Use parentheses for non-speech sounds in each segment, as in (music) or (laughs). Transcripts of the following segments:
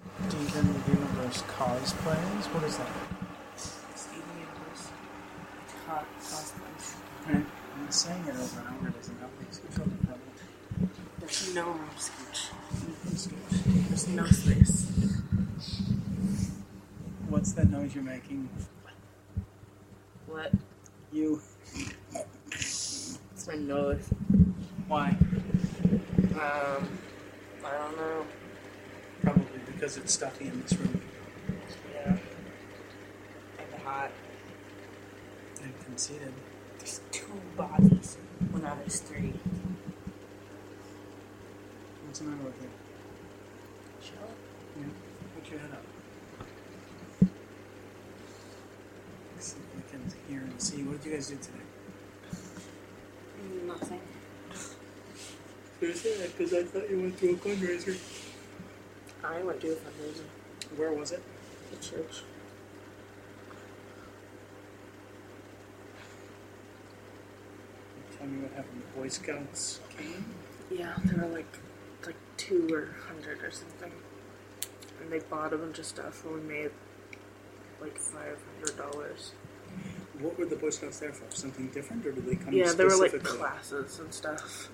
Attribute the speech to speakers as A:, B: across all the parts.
A: Steven Universe cosplays? What is that?
B: Steven Universe. Hot cosplays.
A: Right. I'm saying it over and over doesn't help me. It's totally problem.
B: There's no room scooch. There's no space.
A: What's that noise you're making?
B: What?
A: You.
B: It's my nose.
A: Why?
B: Um, I don't know.
A: Probably because it's stuffy in this room.
B: Yeah. Like the hot.
A: And conceited.
B: There's two bodies. Well, now there's three.
A: What's the matter with you?
B: Chill.
A: Put your head up. Let's see if we can hear and see. What did you guys do today?
B: Nothing.
A: You're saying because I thought you went to a fundraiser.
B: I went to a fundraiser.
A: Where was it?
B: The church.
A: Tell me what happened. The Boy Scouts came.
B: Yeah, there were like like two or hundred or something, and they bought a bunch of stuff, and we made like five hundred dollars.
A: What were the Boy Scouts there for? Something different, or did they come?
B: Yeah, there were like
A: specifically?
B: classes and stuff.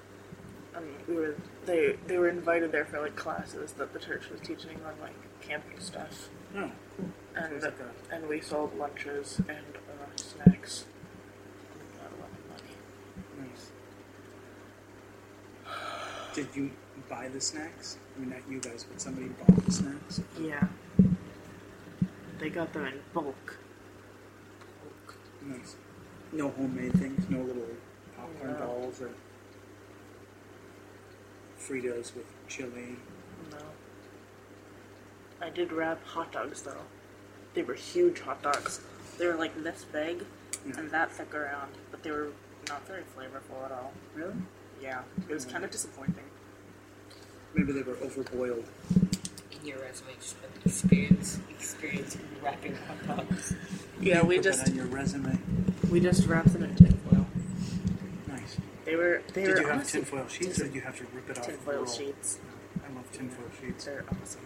B: And we were they they were invited there for like classes that the church was teaching on like camping stuff,
A: Oh, it
B: and
A: was like a
B: and we sold lunches and uh, snacks. And we got a lot of money.
A: Nice. Did you buy the snacks? I mean, not you guys, but somebody bought the snacks.
B: Yeah, they got them in bulk. Bulk.
A: Nice. No homemade things, no little popcorn
B: No.
A: balls or Fritos with chili.
B: No. I did wrap hot dogs though. They were huge hot dogs. They were like this big
A: Yeah.
B: and that thick around, but they were not very flavorful at all.
A: Really?
B: Yeah, it was kind of disappointing.
A: Maybe they were overboiled.
C: in your resume just put experience experience in wrapping hot dogs.
B: Yeah, we
A: Put that
B: just
A: on your resume.
B: we just wrapped them in tinfoil.
A: Nice.
B: They were they
A: Did
B: were
A: you have
B: awesome.
A: tinfoil sheets, or did you have to rip it off? and
B: tinfoil
A: roll?
B: sheets.
A: I love tinfoil sheets.
B: They're awesome.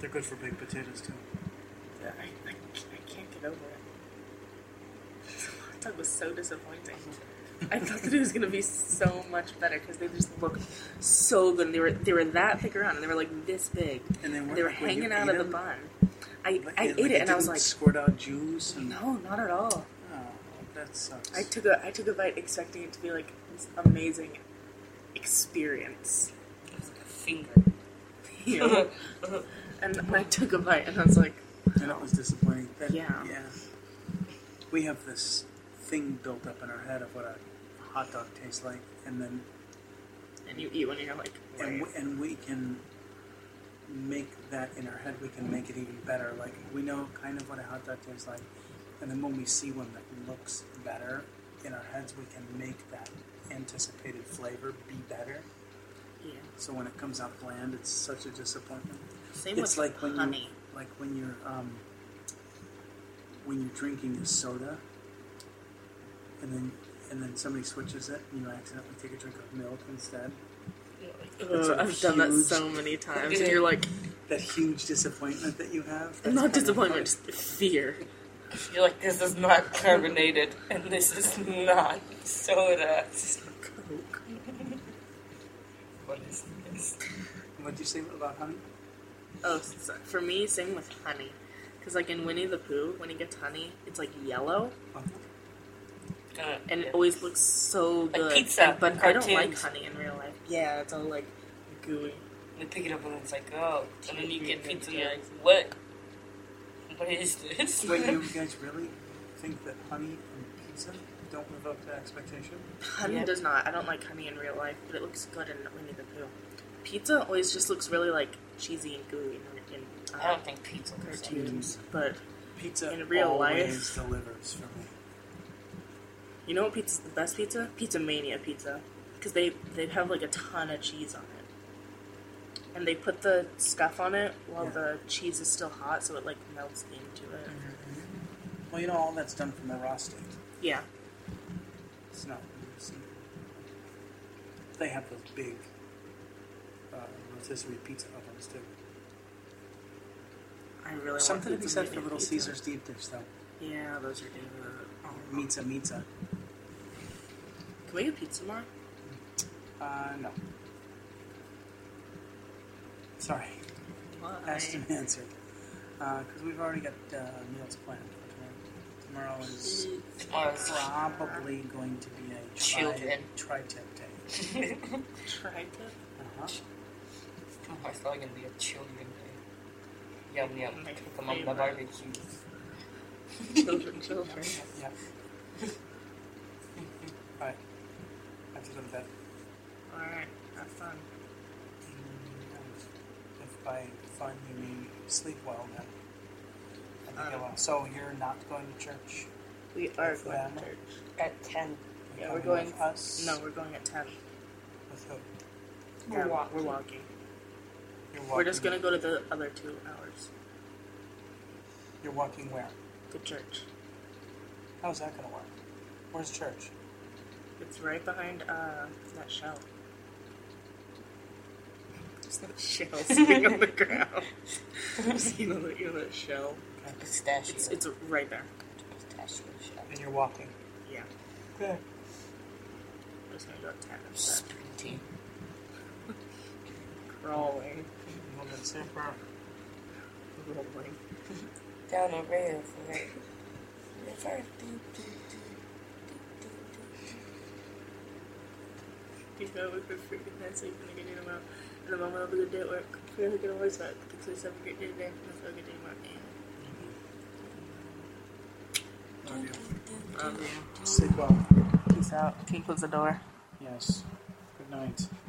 A: They're good for baked potatoes too.
B: I, I, I can't get over it. (laughs) hot dog was so disappointing. I thought that it was gonna be so much better because they just looked so good. They were they were that thick around and they were like this big.
A: And they, weren't
B: They were
A: like, when you
B: hanging out
A: ate
B: of
A: them,
B: the bun. I,
A: like,
B: I
A: like,
B: ate it and I was
A: didn't
B: like,
A: squirt out juice and
B: no, not at all.
A: Oh, that sucks.
B: I took a I took a bite expecting it to be like this amazing experience, (laughs)
C: It was like a finger. (laughs)
A: (laughs)
B: you know? and I took a bite and I was like,
A: and that was disappointing. That-
B: Yeah.
A: Yeah. We have this thing built up in our head of what a hot dog tastes like, and then
B: and you eat one and you're like,
A: and
B: "Wait."
A: we, and we can make that in our head. We can make it even better. Like we know kind of what a hot dog tastes like, and then when we see one that looks better in our heads, we can make that anticipated flavor be better.
B: yeah.
A: So when it comes out bland, it's such a disappointment.
B: Same
A: It's
B: with
A: like when you-
B: honey.
A: like when you're um, when you're drinking a soda, and then and then somebody switches it, and you accidentally take a drink of milk instead. it's
B: Ugh,
A: a
B: I've done that
A: huge-
B: so many times, and you're like,
A: That huge disappointment that you have. that's
B: not
A: kind of
B: disappointment, just fear.
C: You're like, this is not carbonated and this is not soda.
B: Coke.
C: What is this?
A: like- What'd you say about honey?
B: Oh, so for me, same with honey, because like in Winnie the Pooh, when he gets honey, it's like yellow,
A: Oh,
C: Uh,
B: and it always looks so good.
C: pizza
B: And- but
C: in
B: I don't like
C: cartoons.
B: honey in real life. Yeah, it's all like gooey.
C: they pick it up and it's like, oh, and then you get pizza and you're like, what? What is this?
A: (laughs) Wait,
C: (laughs)
A: you guys really think that honey and pizza don't live up to expectation?
B: Honey
C: Yeah.
B: does not. I don't like honey in real life, but it looks good in Winnie the Pooh. Pizza always just looks really like cheesy and gooey in, in uh,
C: I don't think pizza goes like
B: cartoons. But
A: Pizza
B: In real
A: always
B: life?
A: delivers for me.
B: you know what pizza's the best pizza? Pizza Mania pizza, because they they have like a ton of cheese on it, and they put the stuff on it while
A: Yeah.
B: the cheese is still hot, so it like melts into it.
A: Well, you know all that's done from the raw state.
B: Yeah,
A: It's not see. They have those big uh, rotisserie pizza ovens too.
B: I really want
A: Something to be
B: pizza
A: said
B: made
A: for
B: in
A: Little
B: pizza. Uh-huh.
A: Caesars deep dish, though.
B: Yeah, those are good. Oh, meat.
A: Pizza, pizza.
B: Can we get pizza tomorrow?
A: Uh, no. Sorry, asked and answered. Because we've already got uh, meals planned for tomorrow. Tomorrow is
C: Tomorrow's (laughs) like oh,
A: probably going to be a tri-
C: Children.
A: tri-tip day.
B: Try to.
A: Uh-huh.
C: Tomorrow's probably gonna be a children day. Yum yum.
B: My
C: Cook 'em on the
B: favorite.
C: barbecue.
B: (laughs) Children, children.
A: Yeah. All right. I have to go to bed.
B: All right, have fun.
A: If by fun you mean sleep well, then I think I
B: Um,
A: will. So you're not going to church?
B: We are
A: With
B: going
A: them?
B: to church.
C: At ten.
B: Yeah, we're
A: Coming
B: going-
A: With us?
B: No, we're going at ten.
A: With who?
C: We're
B: Yeah,
C: walking.
B: We're walking.
A: You're
B: We're just
A: walking-
B: gonna go to the other two hours.
A: You're walking where?
B: The church.
A: How's that going to work? Where's church?
B: It's right behind uh that shell. It's not (laughs) shell sitting on the (laughs) ground. you know that you know that shell.
C: Pistachio.
B: It's it's right there.
C: pistachio shell.
A: And you're walking.
B: Yeah.
A: Good.
B: I'm just gonna go at ten instead.
C: Sprinty.
B: Crawling,
A: You want me to sit for-
B: rolling.
C: Down a river. River.
B: You know, we were freaking that so you can get in tomorrow. And the moment I'll be good day at work. I'm really gonna work about because it's have a great day today. and I feel good day tomorrow.
A: Love you.
B: And, um,
A: Sleep well.
B: Peace out. Can you close the door?
A: Yes. Good night.
C: Um,